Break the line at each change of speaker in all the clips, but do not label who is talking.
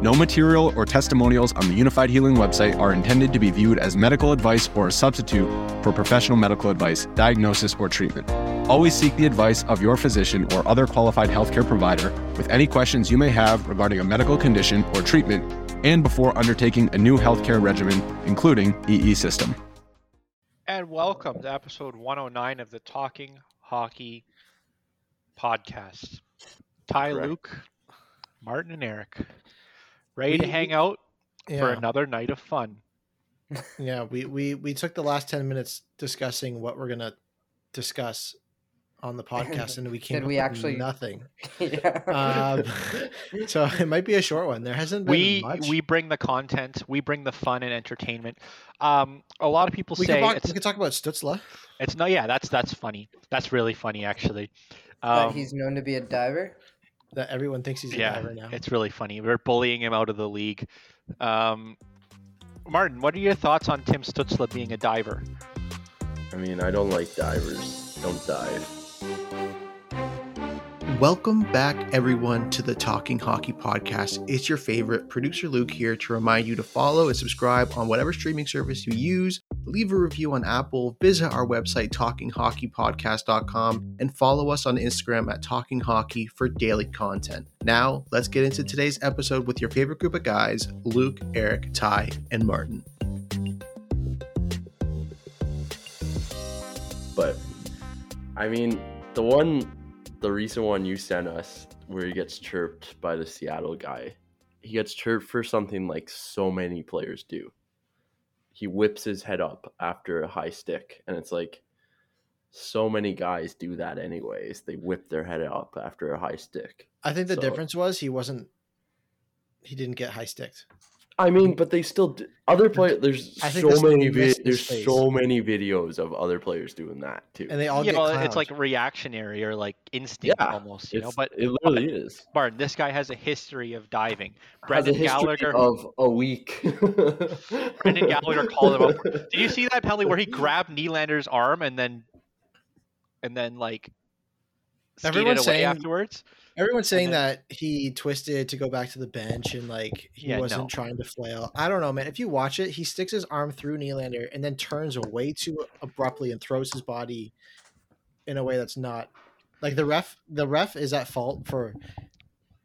No material or testimonials on the Unified Healing website are intended to be viewed as medical advice or a substitute for professional medical advice, diagnosis, or treatment. Always seek the advice of your physician or other qualified healthcare provider with any questions you may have regarding a medical condition or treatment and before undertaking a new healthcare regimen, including EE system.
And welcome to episode 109 of the Talking Hockey Podcast. Ty,
Correct.
Luke, Martin, and Eric. Ready to
We-
hang out for
Yeah,
another night of fun.
yeah. We we we took the last ten minutes discussing what we're gonna discuss on the podcast, and we came.
Did
up
we
with
actually-
nothing?
yeah.
Uh,
Um, so it might be a short one. There hasn't been
We
much.
we bring the content, we bring the fun and entertainment. Um, a lot of people
we
say
could talk,
it's
we could talk about Stutzla.
it's no yeah that's that's funny that's really funny actually.
but
Um,
he's known to be a diver.
That everyone thinks he's
yeah,
a diver now.
it's really funny. We're bullying him out of the league. Um, Martin, what are your thoughts on Tim Stutzla being a diver?
I mean, I don't like divers. Don't dive.
Welcome back, everyone, to the Talking Hockey Podcast. It's your favorite producer Luke here to remind you to follow and subscribe on whatever streaming service you use. Leave a review on Apple, visit our website, talkinghockeypodcast.com, and follow us on Instagram at Talking Hockey for daily content. Now, let's get into today's episode with your favorite group of guys Luke, Eric, Ty, and Martin.
But I mean, the one, the recent one you sent us where he gets chirped by the Seattle guy, he gets chirped for something like so many players do. He whips his head up after a high stick, and it's like so many guys do that anyways. They whip their head up after a high stick.
I think the
so-
difference was he wasn't. He didn't get high sticked.
I mean, but they still do. other play. There's
I think
so
this one
many
you
vi-
missed
there's
is face.
so many videos of other players doing that too.
and they all
yeah,
get
well, it's
clowned.
like reactionary or like instinct
Yeah,
almost, you know.
It's-
But
it literally is.
Martin, this guy has a history of diving.
Has a
Brendan
history
Gallagher.
of a week.
Brendan Gallagher called him up. Did you see that penalty where he grabbed Nylander's arm and then, and then like, skated
Everyone's
away
saying-
afterwards?
Everyone's saying
then-
that he twisted to go back to the bench and like he
Yeah,
wasn't
no.
trying to flail. I don't know, man. If you watch it, he sticks his arm through Nylander and then turns way too abruptly and throws his body in a way that's not like the ref. The ref is at fault for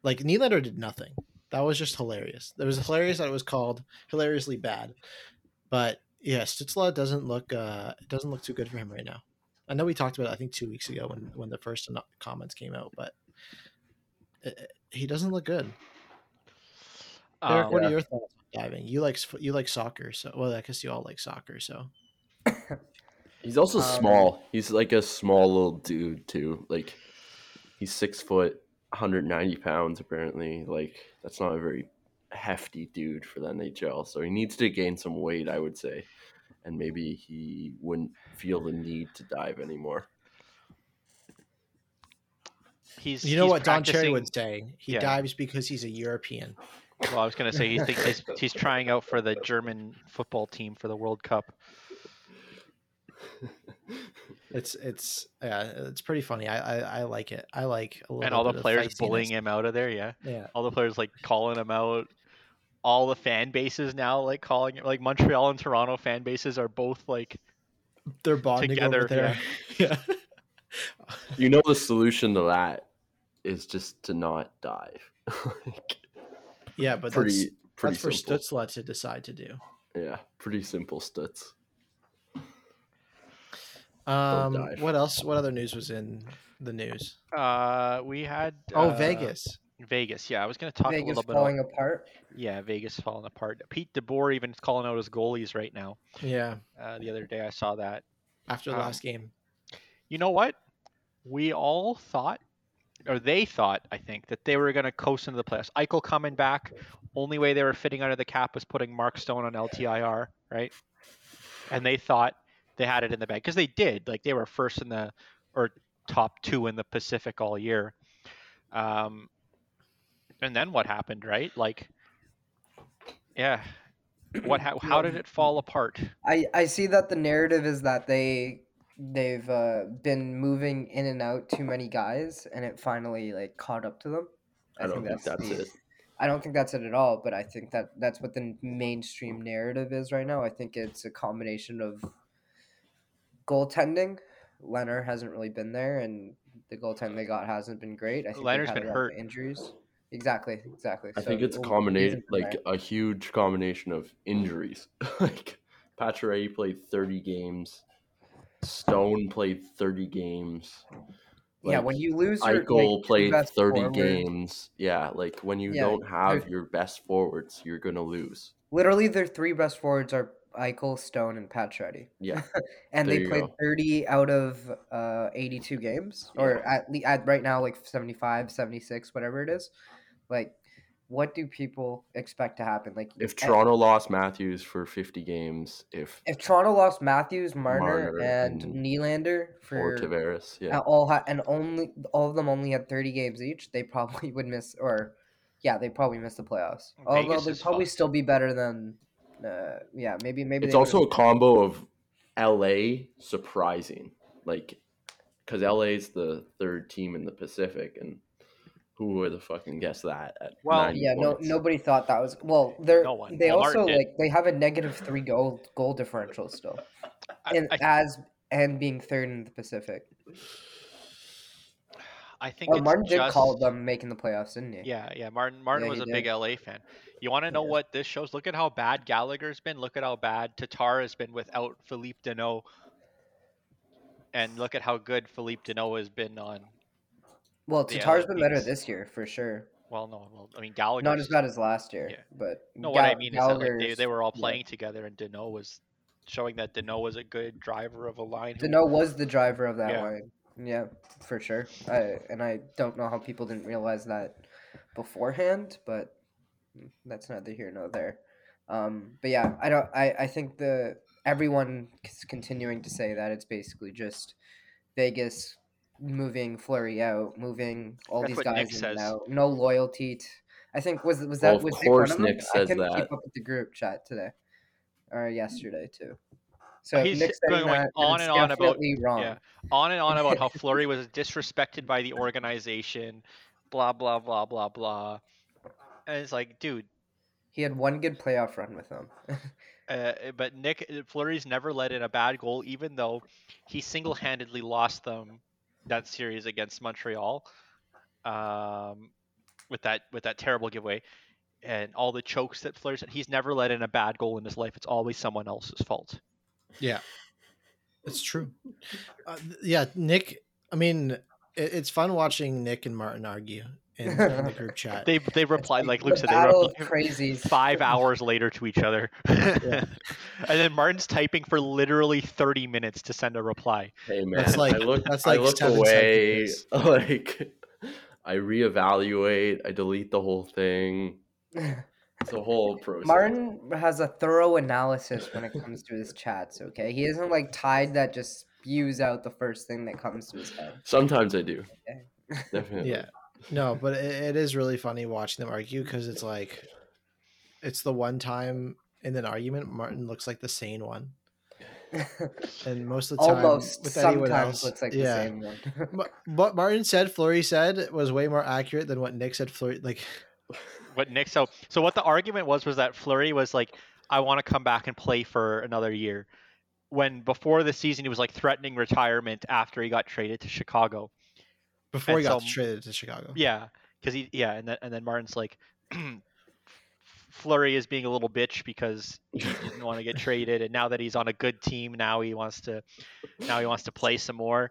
like Nylander did nothing. That was just hilarious. It was hilarious that it was called hilariously bad. But yeah, Stutzla doesn't look uh it doesn't look too good for him right now. I know we talked about it I think two weeks ago when when the first ano- comments came out, but it, it- he doesn't look good. Eric,
Um,
what
yeah.
are your thoughts on diving? You like sp- you like soccer, so well I guess you all like soccer, so
He's also
Um,
small. He's like a small little dude too. Like he's six foot, 190 pounds apparently. Like that's not a very hefty dude for the NHL. So he needs to gain some weight, I would say, and maybe he wouldn't feel the need to dive anymore.
he's
you know
he's
what Don Cherry
practicing-
would say? He
yeah.
dives because he's a European.
Well, I was gonna say he thinks he's, he's trying out for the German football team for the World Cup.
It's it's yeah, it's pretty funny. I I, I like it. I like a little
and all the
bit of
players
feistiness.
bullying him out of there. Yeah,
Yeah,
all the players like calling him out. All the fan bases now like calling like Montreal and Toronto fan bases are both like
they're bonding
Together,
over there. Yeah.
You know the solution to that is just to not dive. like,
Yeah, but
pretty
that's,
pretty
that's for
simple.
Stutzla to decide to do.
Yeah, pretty simple stutz.
Um,
dive.
what else? What other news was in the news?
uh we had
Oh,
uh,
Vegas.
Vegas. Yeah, I was going to talk a
Vegas
little bit.
falling
about,
apart.
yeah, Vegas falling apart. Pete DeBoer even is calling out his goalies right now.
Yeah.
Uh, the other day, I saw that.
After the
Um,
last game.
You know what? We all thought, or they thought, I think, that they were going to coast into the playoffs. Eichel coming back. Only way they were fitting under the cap was putting Mark Stone on LTIR, right? And they thought they had it in the bag because they did. Like they were first in the, or top two in the Pacific all year. Um, and then what happened, right? Like, yeah, what? How, how did it fall apart?
I I see that the narrative is that they they've uh, been moving in and out too many guys, and it finally like caught up to them.
I don't think that's
the-
it.
I don't think that's it at all, but I think that that's what the mainstream narrative is right now. I think it's a combination of goaltending. Leonard hasn't really been there, and the goaltending they got hasn't been great. I think they've
Leonard's
had
been
a lot of
hurt.
injuries. Exactly, exactly.
I think it's a combination, like a huge combination of injuries. like Pacioretty played 30 games, Stone played 30 games.
yeah,
like,
when you lose your like,
Eichel
your
played
best
30
forward-
games. Yeah, like when you
Yeah,
don't have
there's-
your best forwards, you're gonna lose.
Literally, their three best forwards are Eichel, Stone, and Pacioretty.
Yeah,
and
There
they
you
played
go.
30 out of uh, 82 games or at, le- at right now like 75 76 whatever it is like what do people expect to happen like
if
eh,
Toronto lost Matthews for 50 games, if
if toronto lost matthews marner,
Marner
and,
and-
Nylander
or
for
Tavares, yeah,
uh, all ha- and only all of them only had 30 games each they probably would miss or yeah they probably miss the playoffs although
Vegas
they'd
is
probably
fucked.
still be better than uh, yeah maybe maybe
it's
they would've-
also a combo of LA surprising, like because LA's the third team in the Pacific, and who would have fucking guessed that? At
Well,
90
Yeah, no,
points?
nobody thought that was well. They're
No one.
they
Well,
also
Martin did.
like they have a negative three goal goal differential still,
I-
and
I
as and being third in the Pacific.
I think
Well,
it's
Martin did
just,
call them making the playoffs, didn't he?
Yeah, yeah. Martin Martin
Yeah,
was
he
a big
did.
LA fan. You want to know
Yeah.
what this shows? Look at how bad Gallagher's been. Look at how bad Tatar has been without Philippe Deneau. And look at how good Philippe Deneau has been on.
Well,
Yeah,
Tatar's
that
been better
means-
this year for sure.
Well, no, well, I mean Gallagher.
Not as bad as last year,
Yeah.
but
No, what I mean is that like, they,
Gallagher's-
they were all
yeah.
playing together, and Deneau was showing that Deneau was a good driver of a line. who-
Deneau was the driver of that
Yeah.
line. Yeah, for sure. I, and I don't know how people didn't realize that beforehand, but that's neither here nor there. Um, but yeah, I don't. I, I think the everyone is continuing to say that it's basically just Vegas moving Flurry out, moving all
That's
these
what
guys
Nick
in
says.
and out. No loyalty. To, I think was was
Well,
that
of
was Nick one
course
of them?
Nick
I
says
couldn't
that.
keep up with the group chat today or yesterday too. So
He's
Nick's saying
going
that,
on
it's
and on about-
definitely wrong.
yeah. on and on about how Flurry was disrespected by the organization, blah blah blah blah blah. And it's like, dude,
He had one good playoff run with them.
Uh, but Nick Flurry's never let in a bad goal, even though he single-handedly lost them that series against Montreal um, with that with that terrible giveaway and all the chokes that Flurry's. And he's never let in a bad goal in his life. It's always someone else's fault.
It's true. Uh, th- yeah, Nick. I mean, it, it's fun watching Nick and Martin argue in, in the group chat.
They they replied like Luke
the
said. They
battle of
replied
crazies.
five hours later to each other, and then Martin's typing for literally thirty minutes to send a reply.
Hey man,
That's like-
I look,
that's
I
like
look
seven
away,
sentences.
like I reevaluate, I delete the whole thing. It's a whole process.
Martin has a thorough analysis when it comes to his chats. Okay, he isn't like Tide that just spews out the first thing that comes to his head.
Sometimes I do.
Okay.
Definitely.
yeah, no, but it, it is really funny watching them argue because it's like, it's the one time in an argument Martin looks like the sane one, and most of the time
Almost
with anyone
sometimes
else,
looks like
yeah.
the same one.
Ma- What Martin said, Flurry said, was way more accurate than what Nick said. Flurry, like,
what Nick so so what the argument was was that Flurry was like, I want to come back and play for another year. When before the season he was like threatening retirement after he got traded to Chicago.
before he
And
got
so-
traded to Chicago.
Yeah, because he yeah, and then and then Martin's like, Flurry is being a little bitch because he didn't want to get traded, and now that he's on a good team, now he wants to now he wants to play some more.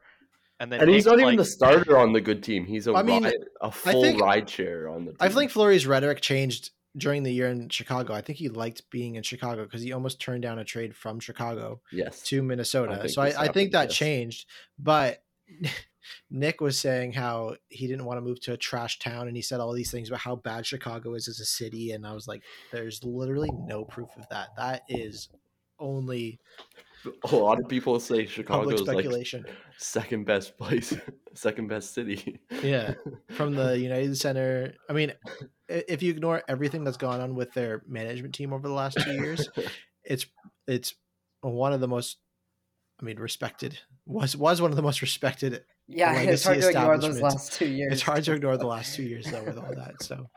and then
And he's
Nick,
not even
like-
the starter on the good team. He's a
I mean,
ride, a full
think-
ride share on the team.
I think Flurry's rhetoric changed during the year in Chicago. I think he liked being in Chicago because he almost turned down a trade from Chicago
yes.
to Minnesota.
think
so I,
this
I think
happened,
that
yes.
changed. But Nick was saying how he didn't want to move to a trash town and he said all these things about how bad Chicago is as a city. And I was like, there's literally no proof of that. That is only
a lot of people say Chicago
public
is like
speculation.
second best place, second best city.
Yeah, from the United Center. I mean, i- if you ignore everything that's gone on with their management team over the last two years, it's it's one of the most. I mean, respected was was one of the most respected.
Yeah, it's hard to
legacy
ignore those
establishment.
last two years.
It's hard to ignore the last two years though with all that. So,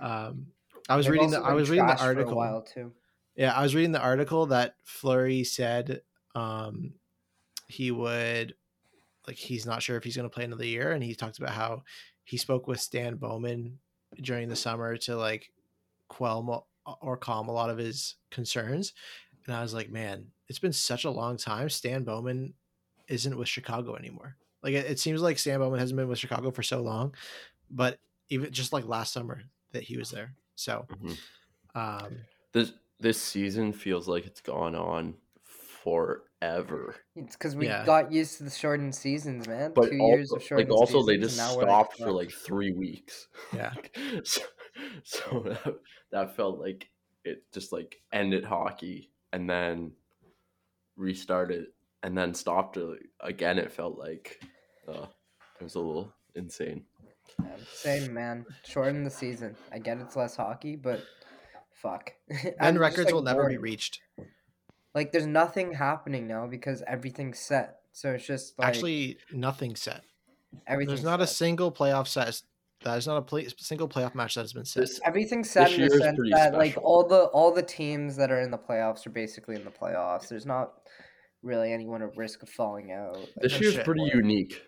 um, I was
They've
reading the
also
I
been
was reading
trashed
the
for
article.
a while too.
Yeah, I was reading the article that Flurry said um, he would like he's not sure if he's going to play another year, and he talked about how he spoke with Stan Bowman during the summer to like quell mo- or calm a lot of his concerns. And I was like, man, it's been such a long time. Stan Bowman isn't with Chicago anymore. Like it, it seems like Stan Bowman hasn't been with Chicago for so long, but even just like last summer that he was there. So,
Mhm.
um,
This this season feels like it's gone on forever.
It's because we
Yeah.
got used to the shortened seasons, man.
But
two
also,
years of
like
shortened
also they
seasons,
just
and now we're like,
stopped for
"Fuck."
like three weeks.
yeah.
so, so that, that felt like it just like ended hockey and then restarted and then stopped it again it felt like uh, it was a little insane
Yeah, Same man. Shorten the season. I get it's less hockey, but fuck. I'm
and
just,
records
like,
will never be
bored.
reached.
Like there's nothing happening now because everything's set. So it's just like
Actually, nothing set.
everything's
There's not a
set.
single playoff set. There's not a play, single playoff match that has been set.
This-
everything's set
this
in the
year is
sense
pretty
that like
special.
all the all the teams that are in the playoffs are basically in the playoffs. There's not really anyone at risk of falling out. Like,
this
no
year's
shit.
pretty unique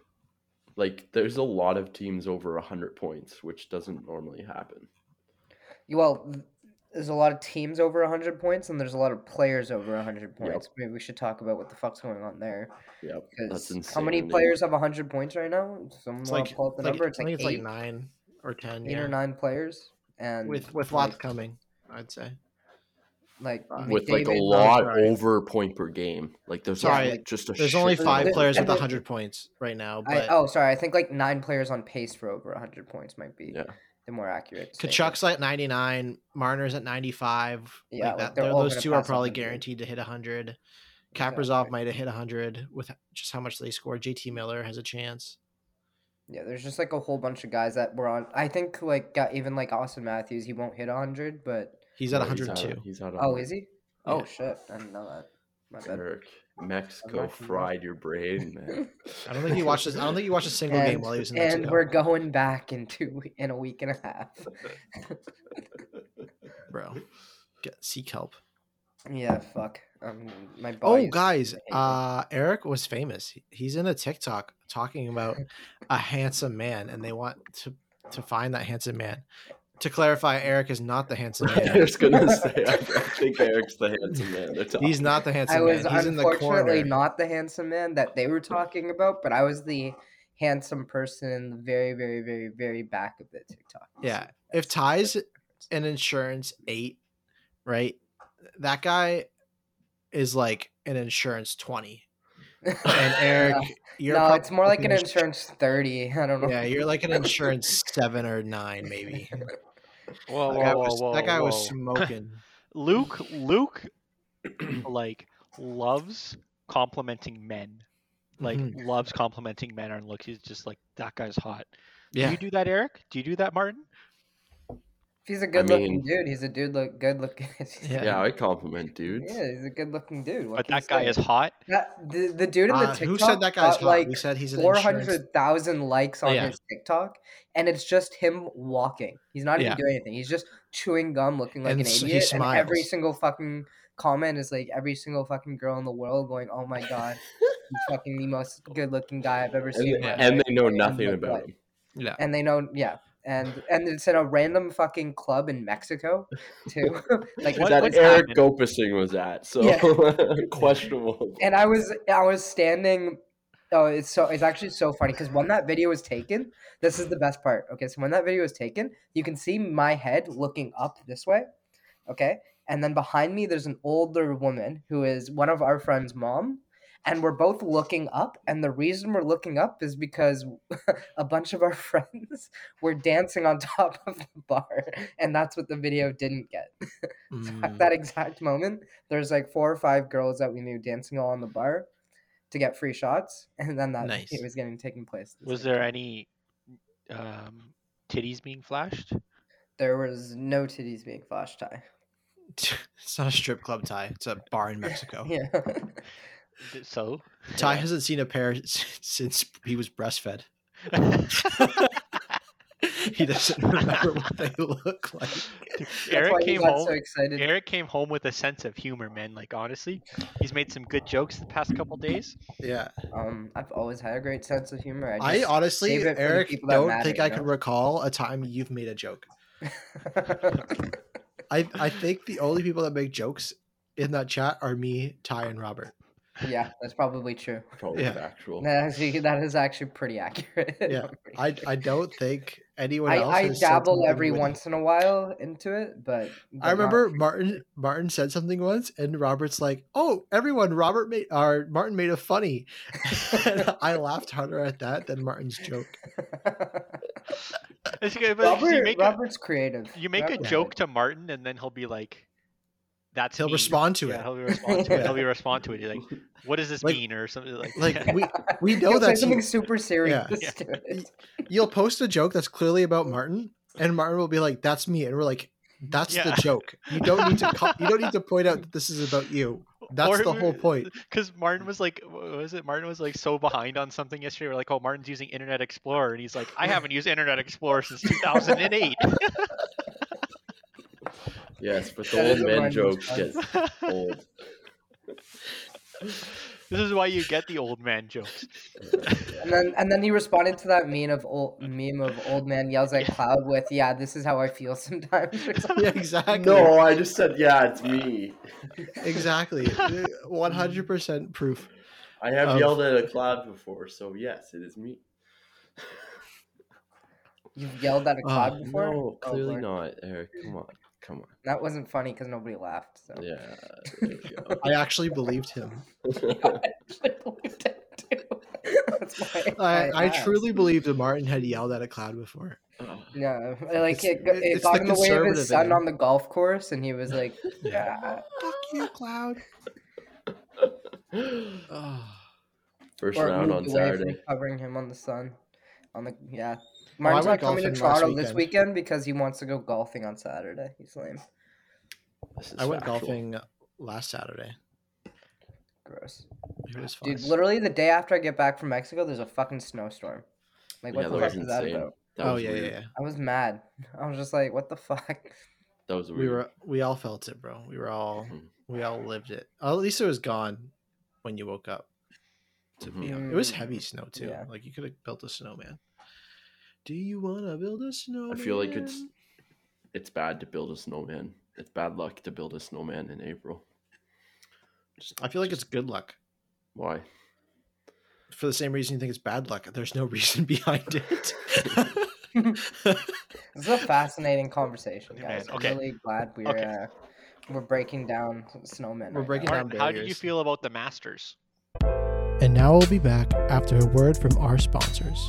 like there's a lot of teams over 100 points which doesn't normally happen
Well, th- there's a lot of teams over 100 points, and there's a lot of players over 100 points. Maybe we should talk about what the fuck's going on there.
yep that's
Because
insane
how many
and-
players have 100 points right now? Someone
It's
wanna
like,
uh, pull up the
like-
number. It's
I
like
think
eight,
it's like nine or ten.
eight
yeah.
or nine players, and
with with
like,
lots coming. I'd say.
like
uh,
with like a
McDavid-
lot
sorry.
over point per game like there's
Sorry,
like just a
There's only
shit ton
five
of-
players with
and the-
hundred points right now,
I,
but
oh, sorry. I think like nine players on pace for over 100 points might be
yeah
the more accurate. statement.
Kachuk's at ninety nine, Marner's at ninety five.
Yeah,
like
like,
that.
they're
tho-
all
those
gonna
two are
pass
probably
100.
guaranteed to hit hundred. Kaprizov
Exactly.
might have hit hundred with just how much they scored. JT Miller has a chance.
Yeah, there's just like a whole bunch of guys that were on. I think like got even like Austin Matthews, he won't hit 100, but
He's at
No,
one hundred two.
he's out
oh, is he? Oh
Yeah.
shit, I didn't know that. My bad.
Eric, Mexico
watching
fried your brain, man.
I don't think he watched. I don't think he watched a single game
And-
while he was in
And
Mexico,
we're going back in two in a week and a half.
bro. Get, seek help.
yeah, fuck. Um, my body.
Oh, guys,
hate it.
uh, Eric was famous. He- He's in a TikTok talking about a handsome man, and they want to to find that handsome man. To clarify, Eric is not the handsome
I
man.
was gonna say, I don't think Eric's the handsome man. They're
He's
talking-
not the
I
handsome
was
man. He's in the
unfortunately
corner.
not the handsome man that they were talking about, but I was the handsome person in the very, very, very, very back of the TikTok.
Yeah, if Ty's an insurance eight, right? That guy is like an insurance twenty, and Eric, you're
no,
probably
it's more like an
insurance.
insurance thirty. I don't know.
Yeah, you're like an insurance seven or nine, maybe.
Whoa,
that guy
whoa, whoa,
was, that
whoa,
guy
whoa.
was smoking.
Luke Luke like loves complimenting men. Like
Mhm.
loves complimenting men on look. He's just like that guy's hot. Do
Yeah,
you do that, Eric? Do you do that, Martin?
If he's a good-looking
mean-
dude, he's a dude look good-looking.
Yeah.
yeah, I compliment dudes.
yeah, he's a good-looking dude. What
but
can you
that guy
say?
is hot.
That- the, the dude in the
Uh,
TikTok
who said that guy's
got
hot?
like
we said he's an
four
insurance.
hundred thousand likes on
Yeah.
his TikTok, and it's just him walking. He's not even
Yeah,
doing anything. He's just chewing gum, looking like
And
an
s- he
idiot. And every
smiles.
single fucking comment is like every single fucking girl in the world going, "Oh my god, he's fucking the most good-looking guy I've ever
And,
seen." in my
and
life."
they know
And
nothing
look
about
like-
him.
Yeah,
and they know yeah and and it's in a random fucking club in mexico too like
What-
that
what's
Eric
happened?
Gopusing was at, so
Yeah.
questionable.
and i was i was standing Oh, it's so it's actually so funny because when that video was taken, this is the best part. Okay, so when that video was taken, you can see my head looking up this way. Okay. And then behind me there's an older woman who is one of our friend's mom. And we're both looking up, and the reason we're looking up is because a bunch of our friends were dancing on top of the bar, and that's what the video didn't get. So
Mm-hmm.
at
Mm,
that exact moment, there's like four or five girls that we knew dancing all on the bar to get free shots, and then that
Nice.
it was getting taken place. at the
Was
same
there
time.
any um, titties being flashed?
There was no titties being flash tie.
It's not a strip club tie. It's a bar in Mexico.
Yeah,
D- So
Ty hasn't seen a pair s- since he was breastfed. He doesn't remember what they look like.
that's why
Eric
he
came
got
home.
so excited.
Eric came home with a sense of humor, man. Like honestly, he's made some good jokes the past couple days.
Yeah,
Um, I've always had a great sense of humor. I,
I
just...
honestly,
save it for the
Eric,
people that
don't
matter,
think
you
I
know?
could recall a time you've made a joke. I I think the only people that make jokes in that chat are me, Ty, and Robert.
yeah, that's probably true.
Probably
Yeah.
factual.
That actually- that is actually pretty accurate.
Yeah, I I don't think anyone
I,
else.
I
has said
dabble
something
every
with-
once in a while into it, but but
I
not-
remember Martin Martin said something once, and Robert's like, "Oh, everyone, Robert made or Martin made a funny." and I laughed harder at that than Martin's joke.
It's good, but if you
Robert,
make
Robert's creative.
a, you make a
Robert-
joke to Martin, and then he'll be like, "That's
He'll
mean."
respond to
Yeah,
it.
He'll be respond to it.
Yeah.
He'll be respond to it. You're like, "What does this
Like-
mean?" or something like.
Like we we know
He'll say
that
something super serious.
Yeah.
to it.
you'll post a joke that's clearly about Martin, and Martin will be like, "That's me," and we're like, "That's
Yeah.
the joke. You don't need to co- you don't need to point out that this is about you." That's the whole point.
Because Martin was like, what was it? Martin was like so behind on something yesterday. We're like, oh, Martin's using Internet Explorer, and he's like, I haven't used Internet Explorer since 2008.
Yes, but
That
the old
is a
man
random
joke
response.
gets old.
this is why you get the old man jokes.
And then and then he responded to that meme of old meme of old man yells at cloud with yeah this is how I feel sometimes. or something.
Yeah, exactly.
No, I just said yeah, it's me.
exactly. Uh, One hundred percent proof.
I have
Um,
yelled at a cloud before, so yes, it is me.
You've yelled at a
Ah,
cloud before.
No,
Oh,
clearly
Lord.
not, Eric. Come on, come on.
That wasn't funny because nobody laughed. So.
Yeah. there you
I actually believed him.
go.
That's why
I, I
asked.
truly believed that Martin had yelled at a cloud before.
No,
It's-
like it, go-
it-
it,
it's
got
the
in the way of
conservative
his son
in him.
on the golf course, and he was like, "Yeah."
Fuck
Ah.
you, cloud.
First
Or
round on
moved away from
Saturday.
covering him on the sun, on the yeah.
Oh, I
Martin's
went
not coming to
golfing last
Toronto this
weekend.
weekend because he wants to go golfing on Saturday. He's lame.
This is
I went
factual.
golfing last Saturday.
Gross,
It was fun.
dude. Literally the day after I get back from Mexico, there's a fucking snowstorm. Like what
Yeah,
the
that was
fuck is that
insane.
about?
That
oh
was
yeah, yeah,
weird.
yeah.
I was mad. I was just like, "What the fuck?"
That was weird.
We were we all felt it, bro. We were all
Mhm.
we all lived it. Oh, at least it was gone when you woke up. To be honest. it was
Mm,
Mm-hmm.
heavy snow too.
yeah.
Like you could have built a snowman. Do you want to build a
I
snowman?
feel like it's
Mm.
it's bad to build a snowman. It's bad luck to build a snowman in April.
I feel like it's good luck
Why?
for the same reason you think it's bad luck. There's no reason behind it.
This is a fascinating conversation,
Yeah,
guys.
man, okay.
I'm really glad we're
Okay.
uh, we're breaking down snowmen.
We're
right
breaking
now.
down
Martin, how did you
barriers.
feel about the Masters?
and now we'll be back after a word from our sponsors.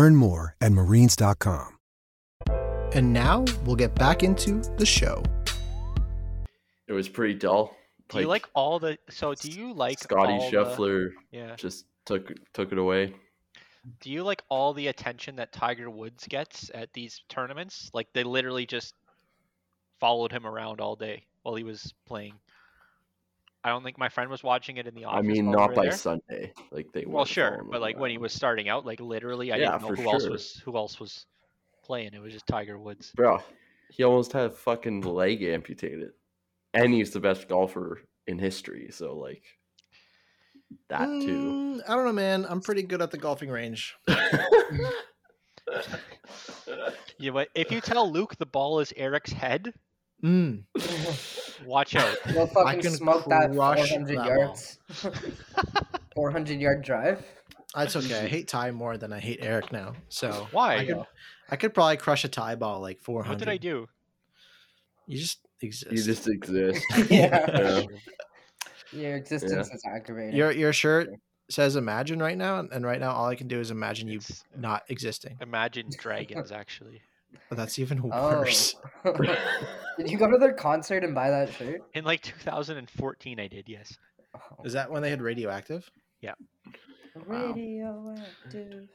Learn more at marines.com.
And now we'll get back into the show.
It was pretty dull.
Do you like all the? So do you like
Scotty
all the-
Scheffler
yeah.
just took took it away.
Do you like all the attention that Tiger Woods gets at these tournaments? Like they literally just followed him around all day while he was playing. I don't think my friend was watching it in the
I
office.
mean,
while we
not
were
by
there.
Sunday. Like they.
Well,
weren't
sure,
following
but like when he
around.
was starting out, like literally, I
Yeah,
didn't know
for
who else
sure.
was who else was playing. It was just Tiger Woods.
bro, he almost had a fucking leg amputated, and he's the best golfer in history. So like that too.
Mm, I don't know, man. I'm pretty good at the golfing range.
Yeah, but if you tell Luke the ball is Eric's head,
Mm.
watch out.
We'll fucking
can
smoke that
crush
400
that
yards. 400 yard drive.
That's okay. I hate Ty more than I hate Eric now. So
Why?
I could, I could probably crush a tie ball like 400.
What did I do?
You just exist.
you just exist.
Yeah. Your existence is aggravating.
Your your shirt says imagine right now, and right now all I can do is imagine you
It's- uh,
not existing.
Imagine Dragons, actually.
But that's even
oh.
worse.
Did you go to their concert and buy that shirt? Oh,
In like 2014, I did, yes.
Is that when they had radioactive? Wow.
Radioactive.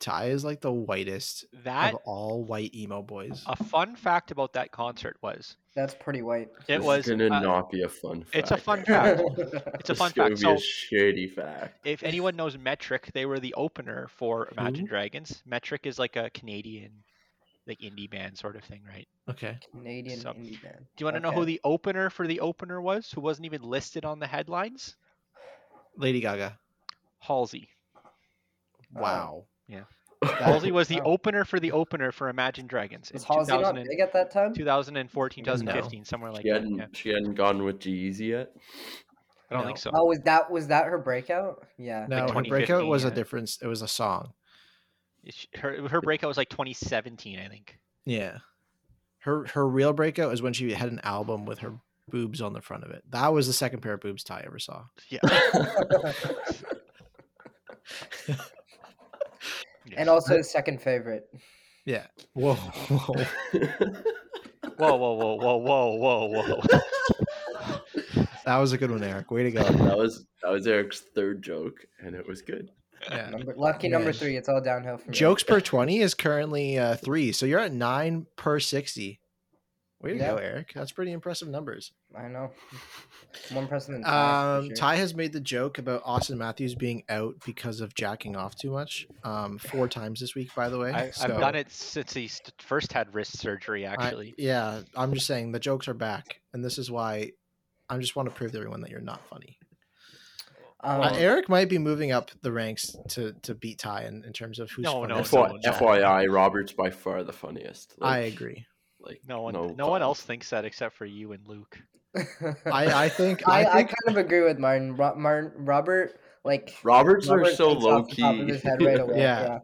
Ty is like the whitest
That, Uh,
of all white emo boys.
a fun fact about that concert was
That's pretty white.
it
This is
was.
gonna
uh,
not be a fun. Fact.
it's a fun fact. It's a
This
fun
is gonna
fact.
Be
So,
a shady fact.
if anyone knows Metric, they were the opener for Imagine Dragons. Metric is like a Canadian, like indie band sort of thing, right?
Okay.
Canadian
So-
indie band.
Do you want to know who
Okay.
the opener for the opener was? Who wasn't even listed on the headlines?
Lady Gaga.
Halsey. uh,
Wow.
Halsey was the
Wow.
opener for the opener for Imagine Dragons. in
was Halsey not
2000 and-
big at that time?
2014,
No.
2015, somewhere like
she
that.
hadn't
yeah.
she hadn't gone with Jeezy yet.
I don't
No.
think so.
Oh, was that was that her breakout? Yeah.
No, her
2015,
breakout was a
yeah.
difference. It was a song.
It's- Her, her breakout was like 2017, I think.
Yeah. Her her real breakout is when she had an album with her boobs on the front of it. That was the second pair of boobs Ty ever saw.
Yeah. Yes.
And also his second favorite.
Yeah. Whoa. whoa.
whoa, whoa, whoa, whoa, whoa, whoa, whoa.
that was a good one, Eric. Way to go.
that was that was Eric's third joke, and it was good.
Yeah.
Number, lucky number
Man.
three. It's all downhill from here.
Jokes per 20 is currently uh, three. So you're at nine per 60. Way to go,
Yeah.
Eric. That's pretty impressive numbers.
I know. One person. than Ty, for
Um,
sure.
Ty has made the joke about Austin Matthews being out because of jacking off too much um, four times this week, by the way.
I,
So,
I've done it since he st- first had wrist surgery,
I-
actually.
yeah, I'm just saying the jokes are back. And this is why I just want to prove to everyone that you're not funny.
Um,
Uh, Eric might be moving up the ranks to, to beat Ty in, in terms of who's
No, no,
funny. and
no,
not
FY-
no.
Jack.
FYI, Robert's by far the funniest.
I
Like-
agree.
Like
No one, no, one else thinks that except for you and Luke.
I, I think
I,
I,
I
think
kind of agree with Martin. Ro- Martin Robert, like
Roberts are
Robert
so
thinks off
low
the top of
key.
his head right away,
Yeah.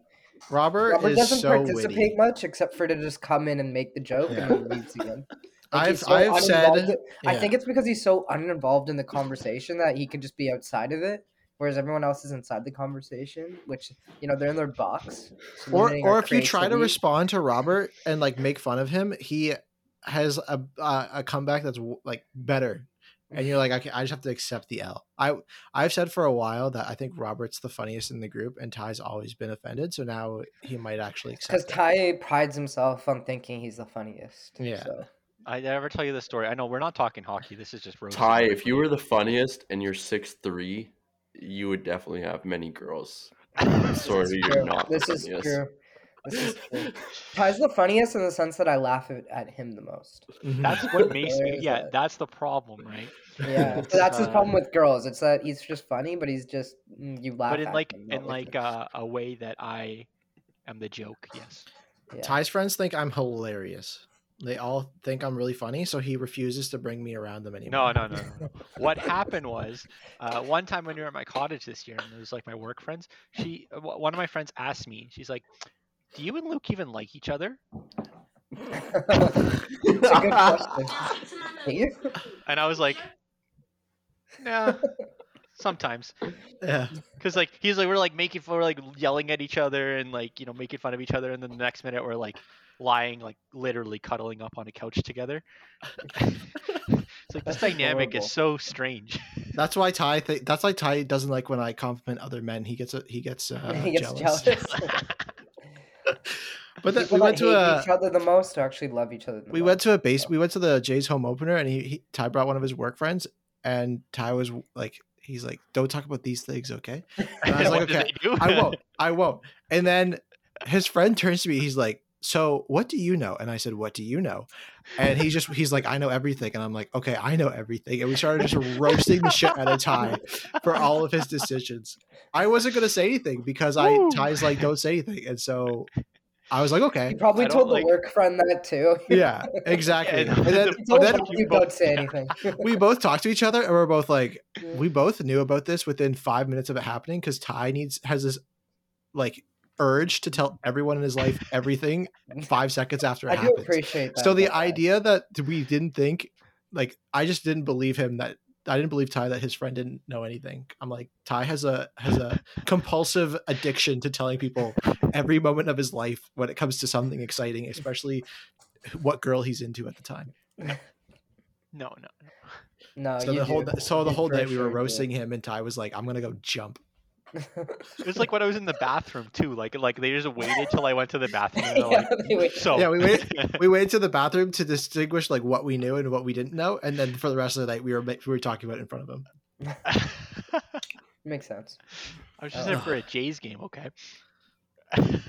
Robert,
Robert
is
doesn't
so
participate
witty.
much except for to just come in and make the joke
Yeah.
and then leaves again. Like,
I've
he's so
I've said
uninvolved- I
yeah.
think it's because he's so uninvolved in the conversation that he could just be outside of it, whereas everyone else is inside the conversation, which you know they're in their box. so
or
limiting
or
our
if you try to
creativity.
respond to Robert and like make fun of him, he has a uh, a comeback that's w- like better, and you're like, I, can, I just have to accept the L. I I've said for a while that I think Robert's the funniest in the group, and Ty's always been offended, so now he might actually
because
accept. it.
Ty prides himself on thinking he's the funniest.
Yeah.
so.
I never tell you the story. I know we're not talking hockey. This is just roast.
Ty, if you were the funniest and you're six three, you would definitely have many girls.
the
Sorry,
This is
you're
true.
not.
This
the
is
funniest.
true. This is true. Ty's the funniest in the sense that I laugh at, at him the most.
That's what makes me.
There's
Yeah,
that.
that's the problem, right?
Yeah, so that's his
Uh,
problem with girls. It's that he's just funny, but he's just mm, you laugh.
But in
at
like
him, not
in
with
like
him.
uh, a way that I am the joke. Yes.
Yeah.
uh,
Ty's friends think I'm hilarious. They all think I'm really funny, so he refuses to bring me around them
No,
anymore.
no, no. no, no. what happened was, uh, one time when we were at my cottage this year, and it was like my work friends. She, uh, one one of my friends asked me, she's like, "Do you and Luke even like each other?"
it's a good question. Do you?
And I was like, "Nah, sometimes."
Yeah.
Because like he's like we're like making fun, we're like yelling at each other and like you know making fun of each other, and then the next minute we're like lying, like literally cuddling up on a couch together. it's like this
That's
dynamic
adorable.
is so strange.
That's why Ty. Th- that's why Ty doesn't like when I compliment other men. He gets. He gets. Uh,
he gets
jealous.
jealous.
But then
People
we
that
went to
hate
a.
each other the most actually love each other. The
We
most.
went to a base. We went to the Jays home opener, and he, he Ty brought one of his work friends, and Ty was like, he's like, "Don't talk about these things, okay?" And I was like,
What did
"Okay,
they do?
I won't. I won't. And then his friend turns to me. He's like, "So what do you know?" And I said, "What do you know?" And he just he's like, "I know everything." And I'm like, "Okay, I know everything." And we started just roasting the shit out of Ty for all of his decisions. I wasn't gonna say anything because I
Woo.
Ty's like, "Don't say anything," and so I was like,
He
"Okay."
probably
I don't
told the
like-
work friend that too.
Yeah, exactly.
Yeah,
and then,
He
and
told
then
him you don't say anything.
we both talked to each other and we're both like, we both knew about this within five minutes of it happening because Ty needs has this like urge to tell everyone in his life everything five seconds after it
I do
happens.
appreciate that. uh,
So the
about that.
idea that we didn't think, like, I just didn't believe him that I didn't believe Ty that his friend didn't know anything. I'm like, Ty has a has a compulsive addiction to telling people every moment of his life when it comes to something exciting, especially what girl he's into at the time.
No, no, no.
No,
so
Oh, you
the whole
do.
so the
You
whole
for
day we
sure
were
do.
roasting him, and Ty was like, "I'm gonna go jump."
It was like when I was in the bathroom too. Like like they just waited till I went to the bathroom. And they're
Yeah,
like,
they waited.
so
Yeah, we waited. We went to the bathroom to distinguish like what we knew and what we didn't know, and then for the rest of the night we were ma- we were talking about it in front of him.
I
Makes sense.
was just there
Oh.
for a Jays game. Okay.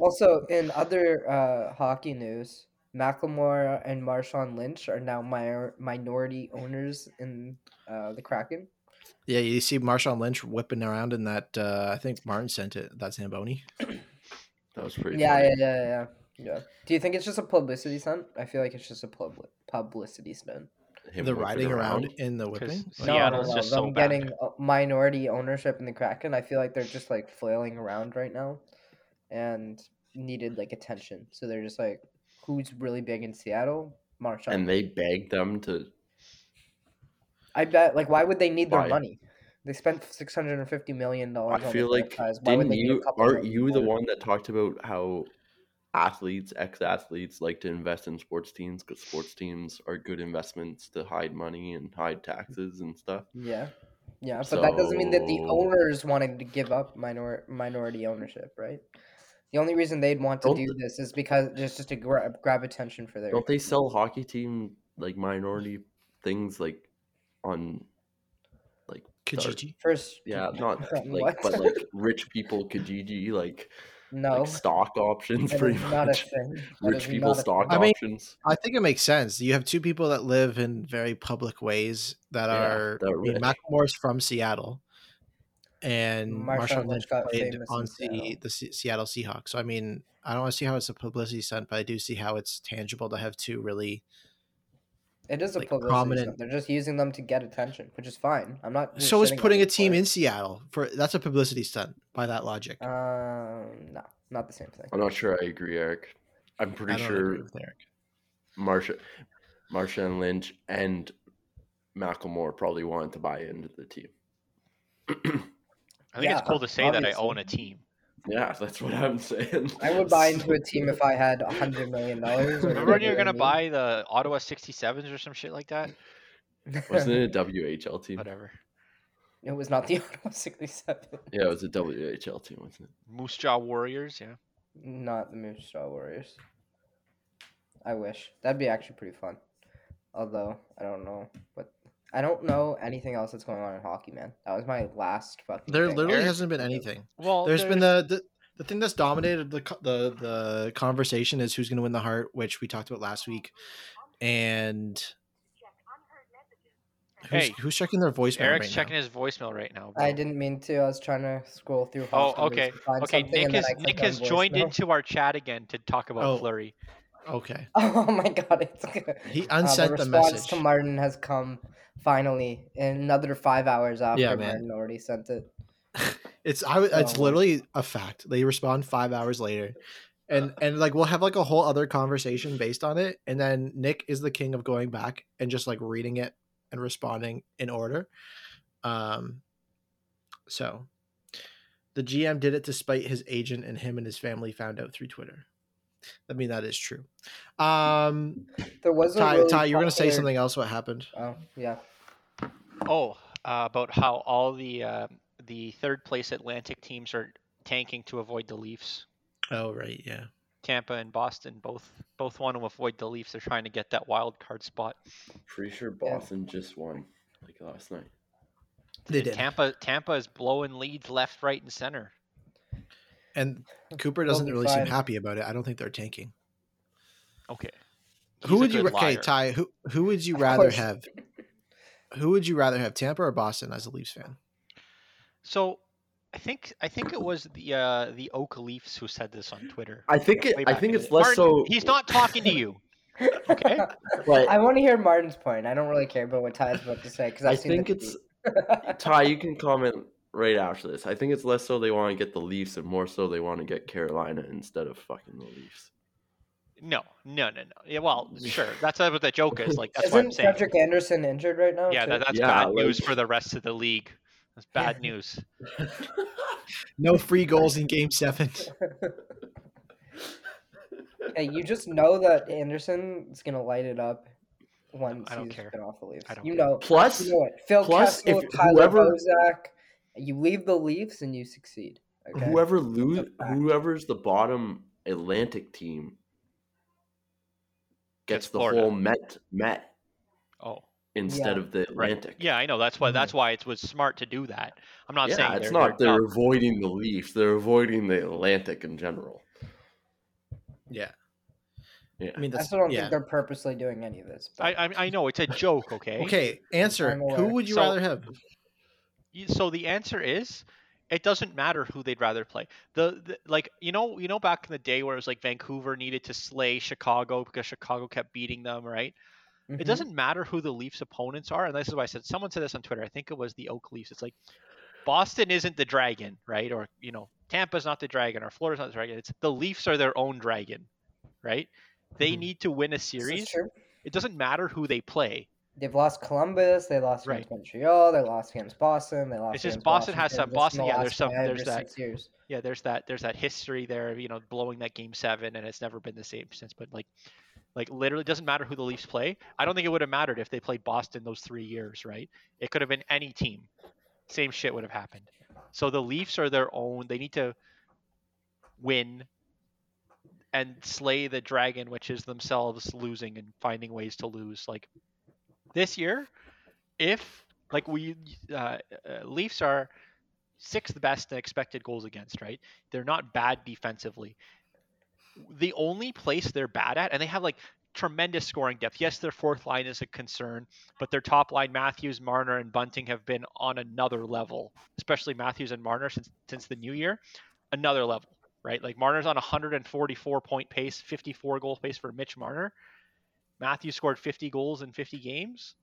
Also, in other uh, hockey news, Macklemore and Marshawn Lynch are now minor- minority owners in uh, the Kraken.
Yeah, you see Marshawn Lynch whipping around in that. Uh, I think Martin sent it. That's Zamboni.
That was pretty.
Yeah,
funny.
yeah, yeah, yeah, yeah. Do you think it's just a publicity stunt? I feel like it's just a publi- publicity stunt.
Him
the
whipping
riding around. in the
'Cause
whipping.
No, Seattle's
no, no,
just
them
so bad.
getting o- minority ownership in the Kraken. I feel like they're just like flailing around right now, and needed like attention. So they're just like, who's really big in Seattle? Marshawn.
And they begged them to.
I bet. Like, why would they need their
Why?
money? They spent six hundred and fifty million dollars.
I feel like didn't you? Aren't you the one that talked about how athletes, ex-athletes, like to invest in sports teams because sports teams are good investments to hide money and hide taxes and stuff.
Yeah, yeah, but that doesn't mean that the
So-
owners wanted to give up minor minority ownership, right? The only reason they'd want to
Don't
do this is because just just to grab grab attention for their.
Don't they sell hockey team like minority things like on like
Kijiji.
First,
yeah not like
What?
but like rich people Kijiji like,
no,
like stock options
that
pretty
is
much
not a thing. That
rich
is
people
not a
stock
thing.
I mean-
options
I think it makes sense. You have two people that live in very public ways that
Yeah,
are.
they're
I mean,
rich.
Macklemore's from Seattle, and Marshawn, Lynch
got
played
famous in
on
Seattle.
the, the Se- Seattle Seahawks. So I mean, I don't want to see how it's a publicity stunt, but I do see how it's tangible to have two really.
It is a
like,
publicity
prominent-
stunt. They're just using them to get attention, which is fine. I'm not.
so is
shitting on
putting a
them for
team
it.
in Seattle for that's a publicity stunt by that logic.
Um, no, not the same thing.
I'm not sure I agree Eric I'm
I
pretty
don't agree
sure
with Eric.
Marsha Marsha and Lynch and Macklemore probably wanted to buy into the team
I think
Yeah,
it's cool to say that I
obviously.
own a team.
yeah that's what I'm saying
I would buy into a team if I had a hundred million dollars. or
Remember when you were
whatever
gonna
I mean.
buy the Ottawa 67s or some shit like that?
wasn't it a WHL team
Whatever.
It was not the Ottawa 67.
yeah it was a WHL team wasn't it
Moose Jaw Warriors. Yeah.
Not the Moose Jaw Warriors. I wish. That'd be actually pretty fun. Although, I don't know what. I don't know anything else that's going on in hockey, man. That was my last fucking
There
thing.
literally
Eric-
hasn't been anything.
Well,
there's been the, the the thing that's dominated the co- the the conversation is who's going to win the heart, which we talked about last week, and who's,
Hey.
who's checking their voicemail?
Eric's
right
checking
now?
his voicemail right now. bro.
I didn't mean to. I was trying to scroll through.
Oh,
host numbers
okay.
to find
Okay,
something,
Nick
and then
has
I clicked
Nick
on
has joined
voicemail.
into our chat again to talk about
Oh.
Flurry.
Okay,
Oh my god, it's good.
he
Uh,
unsent the,
response
message.
to Martin has come finally in another five hours after
Yeah, man.
Martin already sent it.
It's I, w- it's
So-
literally a fact. They respond five hours later, and and like we'll have like a whole other conversation based on it. And then Nick is the king of going back and just like reading it and responding in order. Um, so the GM did it to spite his agent, and him and his family found out through Twitter. I mean that is true. Um,
There was a
Ty,
really
Ty, you were gonna say
popular-
something else. What happened?
Oh yeah,
Oh, uh, about how all the uh, the third place Atlantic teams are tanking to avoid the Leafs.
Oh right, yeah.
Tampa and Boston both both want to avoid the Leafs. They're trying to get that wild card spot.
Pretty sure Boston just won like last night.
They
And
did.
Tampa Tampa is blowing leads left, right, and center.
And Cooper doesn't
be
really seem
fine.
happy about it. I don't think they're tanking.
Okay.
who
He's a
would you
good
ra- okay
liar.
ty who who would you
Of
rather
course.
have who would you rather have tampa or boston as a leafs fan
So I think I think it was the uh, the Oak Leafs who said this on Twitter.
I think it,
way
I
back
think
in the
it's
day.
less
Martin,
so.
He's not talking to you. Okay.
But
I want to hear Martin's point. I don't really care about what Ty's about to say because
I
I've seen the
think it's
tweet.
Ty. You can comment right after this. I think it's less so they want to get the Leafs and more so they want to get Carolina instead of fucking the Leafs.
No, no, no, no. Yeah, well, sure. That's what the joke is. Like that's what I'm
Isn't
saying.
Frederick Anderson injured right now?
yeah,
too?
that, that's
Yeah,
bad
like-
news for the rest of the league. That's bad news.
no free goals in game seven
Hey, you just know that Anderson is gonna light it up once
I don't
he's
care.
been off the Leafs.
I don't
you
care.
know,
Plus,
you know it. Phil
plus,
Kessel,
if
Tyler
whoever-
Bozak. You leave the Leafs and you succeed. Okay?
whoever lose,
It's a fact.
whoever's the bottom Atlantic team
Gets
gets the
Florida.
whole Met Met
Oh,
instead
Yeah.
of the
right.
Atlantic.
Yeah, I know. That's why. That's why it was smart to do that. I'm not
Mm-hmm. Yeah,
saying
it's
they're-
not
they're
they're
dumb.
avoiding the Leafs. They're avoiding the Atlantic in general.
yeah
Yeah.
i mean
I
that's
still don't
yeah
think they're purposely doing any of this.
I,
but-
I I know it's a joke. Okay.
okay answer
I'm aware.
who would you
So-
rather have
Y- So the answer is, it doesn't matter who they'd rather play. The, the like you know you know back in the day where it was like Vancouver needed to slay Chicago because Chicago kept beating them, right?
Mhm.
It doesn't matter who the Leafs' opponents are, and this is why I said someone said this on Twitter. I think it was the Oak Leafs. It's like Boston isn't the dragon, right? Or you know, Tampa's not the dragon, or Florida's not the dragon. It's the Leafs are their own dragon, right? They
Mhm.
need to win a
This is
series.
true.
It doesn't matter who they play.
They've lost Columbus. They lost
Right.
against Montreal. They lost against Boston. They lost.
It's just
against
Boston has some- Boston,
Washington just in the
yeah,
last
there's some-
five or
there's that-
six years.
yeah, there's that there's that history there, of, you know, blowing that game seven, and it's never been the same since. But like, like literally, it doesn't matter who the Leafs play. I don't think it would have mattered if they played Boston those three years, right? It could have been any team. Same shit would have happened. So the Leafs are their own. They need to win and slay the dragon, which is themselves losing and finding ways to lose. Like this year, if like we uh, uh, Leafs are sixth best in expected goals against, right? They're not bad defensively. The only place they're bad at, and they have like tremendous scoring depth. Yes, their fourth line is a concern, but their top line, Matthews, Marner, and Bunting, have been on another level. Especially Matthews and Marner since since the new year, another level, right? Like Marner's on a 144 point pace, 54 goal pace for Mitch Marner. Matthews scored 50 goals in 50 games,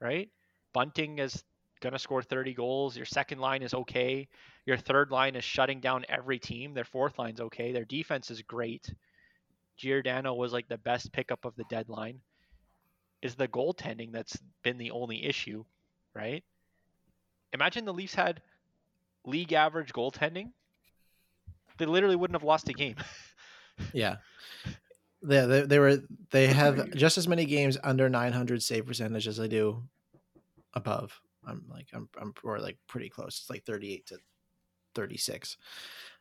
right? Bunting is gonna score 30 goals. Your second line is okay. Your third line is shutting down every team. Their fourth line's okay. Their defense is great. Giordano was like the best pickup of the deadline. Is the goaltending that's been the only issue, right? Imagine the Leafs had league average goaltending. They literally wouldn't have lost a game.
yeah yeah they, they were they have just as many games under 900 save percentage as they do above i'm like i'm, I'm or like pretty close it's like 38 to 36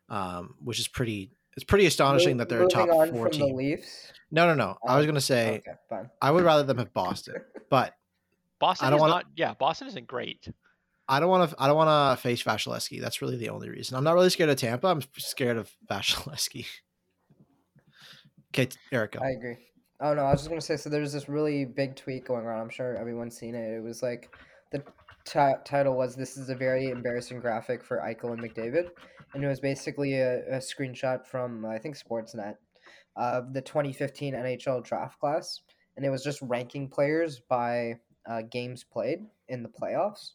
um which is pretty it's pretty astonishing
Mo-
that they're a
moving
top
on
four
from
team
the Leafs. Oh.
No, no, no. I was gonna say
Okay, fine.
I would rather them have Boston, but
Boston
don't
is
wanna-
not yeah, Boston isn't great.
I don't want to. I don't want to face Vasilevsky. That's really the only reason. I'm not really scared of Tampa. I'm scared of Vasilevsky. Okay, Erica.
I agree. Oh no, I was just gonna say. So there's this really big tweet going around. I'm sure everyone's seen it. It was like the ti- title was "This is a very embarrassing graphic for Eichel and McDavid," and it was basically a, a screenshot from I think Sportsnet of the 2015 NHL draft class, and it was just ranking players by uh, games played in the playoffs.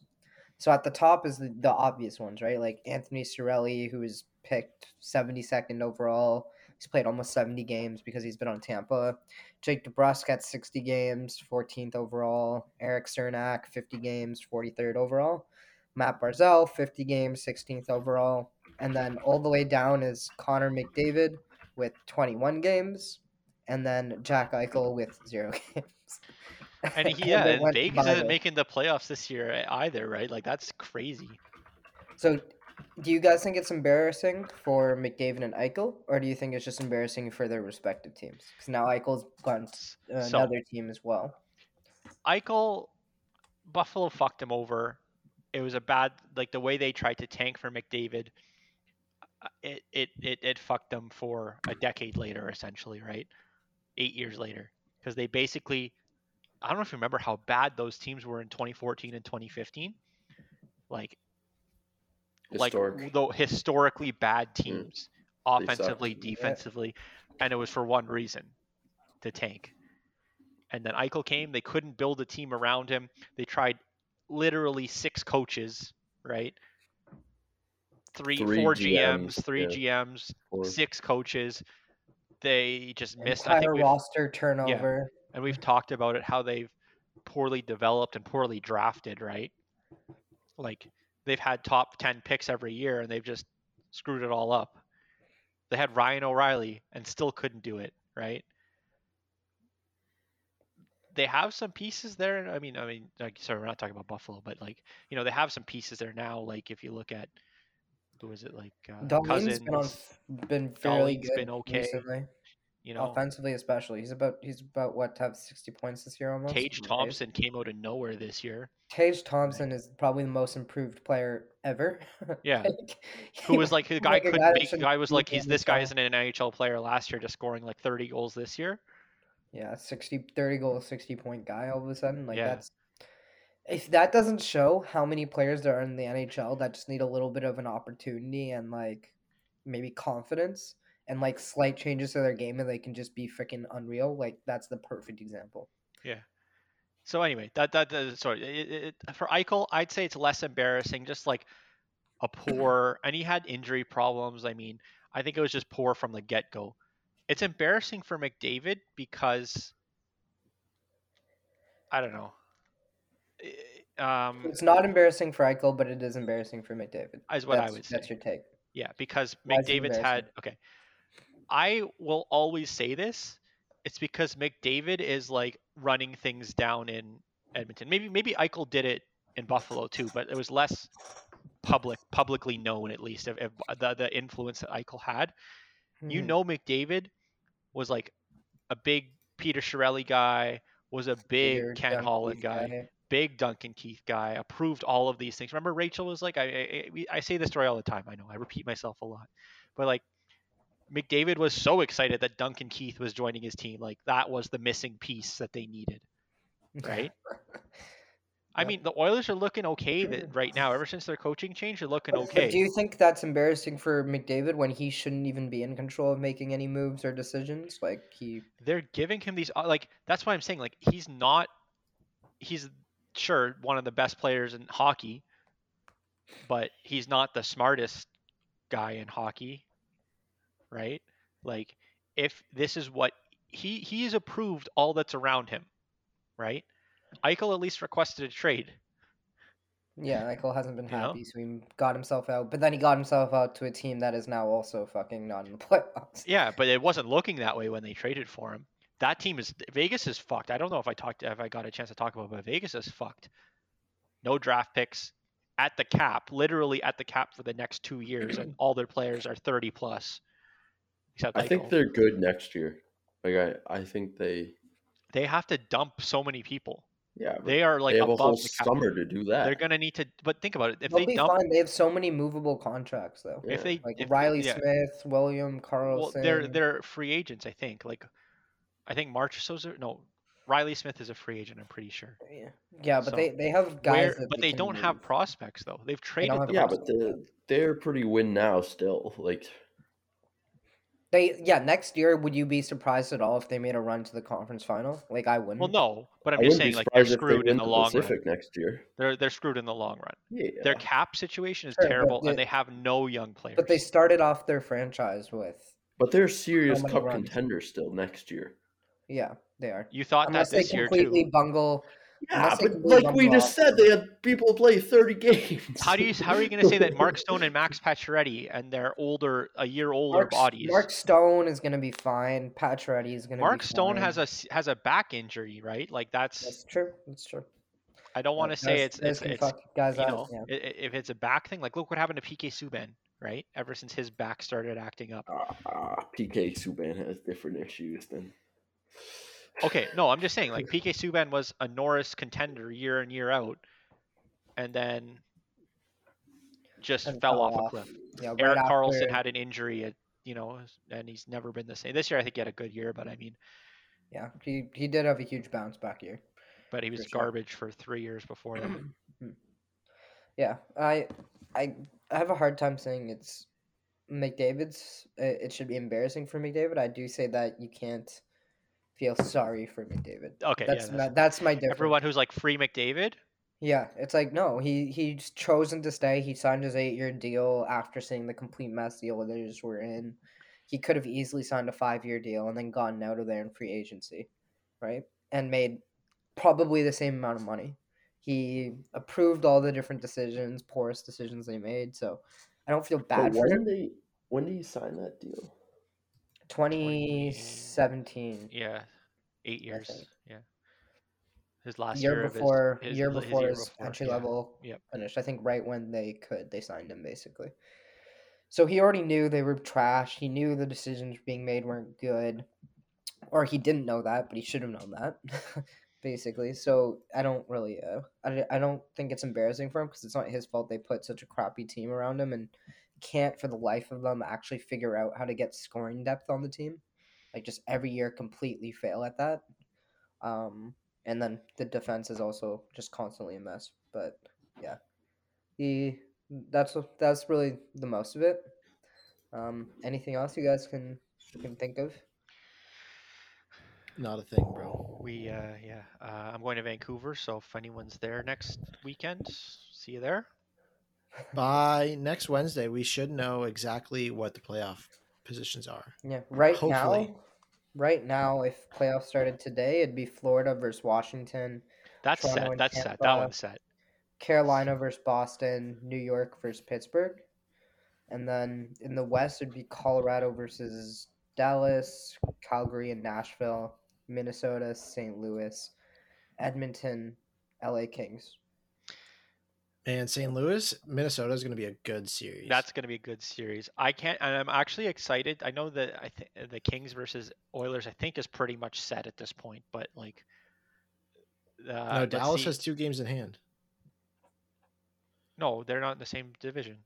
So at the top is the, the obvious ones, right? Like Anthony Cirelli, who was picked 72nd overall. He's played almost 70 games because he's been on Tampa. Jake DeBrusque at 60 games, 14th overall. Eric Cernak, 50 games, 43rd overall. Matt Barzell, 50 games, 16th overall. And then all the way down is Connor McDavid with 21 games, and then Jack Eichel with zero games.
And he, yeah,
they
and
went
Vegas
by
isn't
the-
making the playoffs this year either, right? Like that's crazy.
So, do you guys think it's embarrassing for McDavid and Eichel, or do you think it's just embarrassing for their respective teams? Because now Eichel's gone to
So-
another team as well.
Eichel, Buffalo fucked him over. It was a bad, like the way they tried to tank for McDavid. uh, It it it, it fucked them for a decade later, essentially, right? Eight years later, because they basically, I don't know if you remember how bad those teams were in 2014 and 2015, like
Historic. Mm.
like the historically bad teams,
They sucked.
offensively, defensively, and it was for one reason, to tank. And then Eichel came. They couldn't build a team around him. They tried literally six coaches, right? Three,
Three
four
GMs,
GMs, three GMs,
Or-
six coaches. They just missed. I
Entire
think we've,
roster turnover.
and we've talked about it how they've poorly developed and poorly drafted, right? Like they've had top 10 picks every year and they've just screwed it all up. They had Ryan O'Reilly and still couldn't do it, right? They have some pieces there. I mean, I mean, like, sorry, we're not talking about Buffalo, but like, you know, they have some pieces there now. Like, if you look at, who was it? Like, uh,
Dahlin's
Cousins,
been on, been fairly
Dahlin's
good
been okay,
recently,
you know,
offensively especially. He's about he's about what to have sixty points this year almost.
Tage
Right?
Thompson came out of nowhere this year.
Tage Thompson is probably the most improved player ever.
Yeah.
Like,
who
he
was like the guy
like a
couldn't
guy that
make. The
shouldn't
guy was
be
like,
in
he's
the
this guy
NFL.
isn't an NHL player last year, just scoring like 30 goals this year.
Yeah, 60, 30 goal, 60 point guy all of a sudden. Like
Yeah.
that's if that doesn't show how many players there are in the NHL that just need a little bit of an opportunity and like maybe confidence and like slight changes to their game and they can just be freaking unreal. Like that's the perfect example.
So anyway, that that, that sorry it, it, it- for Eichel, I'd say it's less embarrassing. Just like a poor, and he had injury problems. I mean, I think it was just poor from the get go. It's embarrassing for McDavid because I don't know. Eh, Um,
It's not embarrassing for Eichel, but it is embarrassing for McDavid.
Is what I
That's-
would
That's
say.
your take.
Yeah, because
Why is it
McDavid's had okay. I will always say this. It's because McDavid is like running things down in Edmonton. Maybe maybe Eichel did it in Buffalo too, but it was less public publicly known at least of, of uh, the the influence that Eichel had. You
Mhm.
know McDavid was like a big Peter Shirelli guy, was a big
Weird,
Ken
young
Holland
Keith
guy big Duncan Keith guy, approved all of these things. Remember, Rachel was like, I, I, I- we- I say this story all the time. I know I repeat myself a lot, but like McDavid was so excited that Duncan Keith was joining his team. Like that was the missing piece that they needed. Right? I
Yep.
mean, the Oilers are looking okay that right now. Ever since their coaching change, they're looking
But- but
okay.
Do you think that's embarrassing for McDavid when he shouldn't even be in control of making any moves or decisions? Like he
they're giving him these uh, like that's why I'm saying like he's not he's sure one of the best players in hockey but he's not the smartest guy in hockey right like if this is what he he has approved all that's around him right Eichel at least requested a trade
Yeah, Eichel hasn't been
You know?
happy, so he got himself out. But then he got himself out to a team that is now also fucking not in the playoffs.
yeah but it wasn't looking that way when they traded for him that team is Vegas is fucked I don't know if I talked if I got a chance to talk about it, but Vegas is fucked no draft picks at the cap, literally at the cap for the next two years, and all their players are 30 plus. Except
I think
Eichel.
they're good next year. Like I, I think they.
they have to dump so many people.
Yeah, but
They are like
they have a
above
whole
the cap.
summer to do that.
They're gonna need to, but think about it. If
They'll
they
be
dump,
fine. They have so many movable contracts though.
if they
Like
if they-
Riley
yeah.
Smith, William
well,
Carlson.
they're they're free agents. I think like, I think March so no, Riley Smith is a free agent. I'm pretty sure.
Yeah. Yeah, but
So,
they, they have guys.
Where,
that
but they
can
don't have
move.
prospects though. They've traded
have
them.
yeah,
Yeah,
but they're, they're pretty win now still. Like
They yeah. Next year, would you be surprised at all if they made a run to the conference final? Like I wouldn't.
well, no. But I'm
I
just
wouldn't be
saying like they're
surprised if they
screwed
win
in the long
Pacific
run.
next year.
They're they're screwed in the long run.
Yeah,
Their cap situation is
Sure, but
terrible,
the-
and they have no young players.
But they started off their franchise with
but they're serious
many
cup
runs?
contenders still next year.
yeah. They are.
you thought
Unless
that
they
this year too.
completely bungle.
Yeah,
Unless they
but
can really
like we
bump
just
off.
said, they had people play thirty games.
How do you how are you going to say that Mark Stone and Max Pacioretty and their older a year older
Mark,
bodies?
Mark Stone is going to be fine. Pacioretty is going to.
Mark
be
Stone
fine.
has a s- has a back injury, right? Like that's,
That's true. That's true.
I don't want to say it's it's,
can
it's
fuck guys
you
up,
know
yeah.
i- i- if it's a back thing. Like look what happened to PK Subban, right? Ever since his back started acting up.
Ah, ah, PK Subban has different issues than.
Okay, no, I'm just saying like PK Subban was a Norris contender year in year out, and then just
And
fell
fell
off a
off.
cliff.
Yeah, right
Eric Carlson
after-
had an injury, at, you know, and he's never been the same. This year, I think he had a good year, but I mean,
Yeah, he he did have a huge bounce back year.
but he was
sure.
garbage for three years before that.
Yeah, I I I have a hard time saying it's McDavid's. uh, It should be embarrassing for McDavid. I do say that you can't feel sorry for McDavid.
Okay,
that's
yeah,
my, that's my difference.
everyone who's like free McDavid.
Yeah, it's like no, he he's chosen to stay. He signed his eight year deal after seeing the complete mess the others were in. He could have easily signed a five year deal and then gotten out of there in free agency, right? And made probably the same amount of money. He approved all the different decisions, poorest decisions they made. So I don't feel
But
bad for
when
him.
they when do you sign that deal?
Twenty seventeen,
Yeah, eight years.
think.
Yeah, his last year,
year
of his-
before,
his-
year
his
before his entry
yeah.
level
Yep.
finished. I think right when they could, they signed him basically. So he already knew they were trash. He knew the decisions being made weren't good, or he didn't know that, but he should have known that, basically. So I don't really, uh, I, d- I don't think it's embarrassing for him because it's not his fault they put such a crappy team around him and can't for the life of them actually figure out how to get scoring depth on the team. Like just every year completely fail at that. Um, and then the defense is also just constantly a mess. But yeah, the that's wh- that's really the most of it. Um, anything else you guys can can think of?
Not a thing, bro.
We uh, yeah, uh, I'm going to Vancouver, so if anyone's there next weekend, see you there.
By next Wednesday, we should know exactly what the playoff positions are.
Yeah, right
Hopefully.
now, right now, if playoffs started today, it'd be Florida versus Washington,
That's
Toronto
set.
and
That's set. That
Tampa.
one's set.
Carolina versus Boston, New York versus Pittsburgh, and then in the West it'd be Colorado versus Dallas, Calgary and Nashville, Minnesota, St. Louis, Edmonton, L.A. Kings.
And St. Louis, Minnesota is going to be a good series.
That's going to be a good series. I can't, and I'm actually excited. I know that I think the Kings versus Oilers, I think, is pretty much set at this point. But like, uh,
no.
let's
Dallas
see-
has two games in hand.
no. They're not in the same division.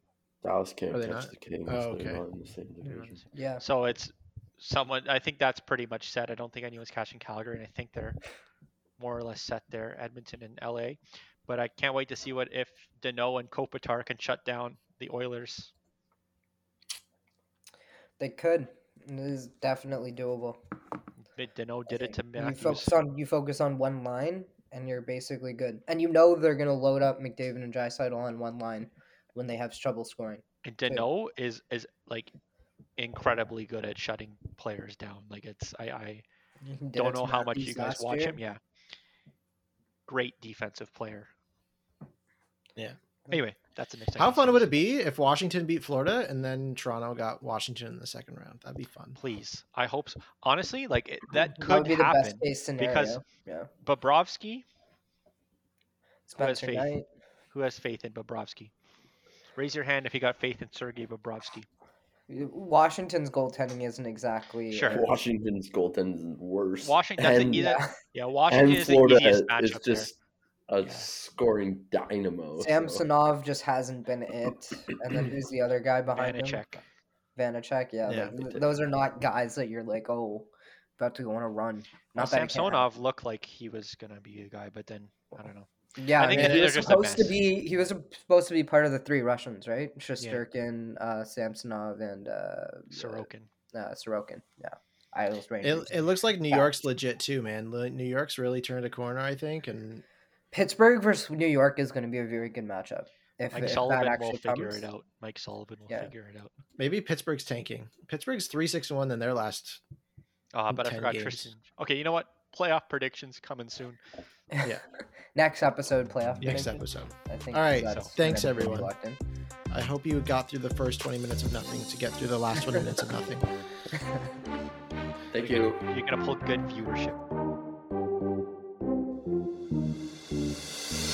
Dallas can't
Are
catch
they not?
the Kings.
Oh,
They're
okay.
not in the same
They're not in
division.
the same-
Yeah,
So it's someone. I think that's pretty much set. I don't think anyone's catching Calgary, and I think they're more or less set there. Edmonton and LA, but I can't wait to see what if Dano and Kopitar can shut down the Oilers.
they could. It is definitely doable.
Dano did it to
You
Matthews.
focus on you focus on one line, and you're basically good. And you know they're gonna load up McDavid and Drysaitel on one line when they have trouble scoring.
And Dano is is like incredibly good at shutting players down. Like it's I, I
He did it
don't
to
know how much
Matthews
you guys
last
watch
year.
him. Yeah. Great defensive player.
Yeah.
Anyway, that's an exciting.
How fun would it be if Washington beat Florida and then Toronto got Washington in the second round? That'd be fun.
Please. I hope so. Honestly, like it, that
That would
could
be the
happen.
best case scenario.
because-
yeah,
Bobrovsky, has
Spencer
faith?
Knight.
who has faith in Bobrovsky? Raise your hand if you got faith in Sergei Bobrovsky.
Washington's goaltending isn't exactly
Sure.
uh,
Washington's goaltending is worse.
Washington- that's the
and,
easiest-
yeah.
Yeah,
and
Washington is the
Florida
easiest
is
matchup there.
just a scoring dynamo. so-
Samsonov just hasn't been it. And then who's the other guy behind him?
Vanacek.
Vanacek, yeah.
Yeah,
th- th- those are not guys that you're like, oh, about to go on a run.
Well,
Not that it can't
Samsonov looked like he was gonna be a guy, but then I don't know.
happen. Yeah,
I
I
think
mean,
that
he
they're
was
just a
supposed to
mess.
be. He was supposed to be part of the three Russians, right? Shosturkin, uh, Samsonov, and uh,
Sorokin.
Uh, Sorokin. Yeah, I was
It,
Rangers.
it looks like New
Yeah.
York's legit too, man. Li- New York's really turned a corner, I think, and
Pittsburgh versus New York is going to be a very good matchup. If,
Mike
if that
Sullivan
actually
will figure
comes.
it out. Mike Sullivan will
Yeah.
figure it out.
maybe Pittsburgh's tanking. Pittsburgh's three six one in their last.
Ah,
In
but I
10
forgot
games.
Tristan. Okay, you know what? Playoff predictions coming soon.
Yeah.
Next episode playoff.
Next
predictions.
episode.
I think.
All right,
that's
thanks,
gonna be
everyone.
locked in.
I hope you got through the first twenty minutes of nothing to get through the last twenty minutes of nothing.
Thank you.
You're gonna pull good viewership.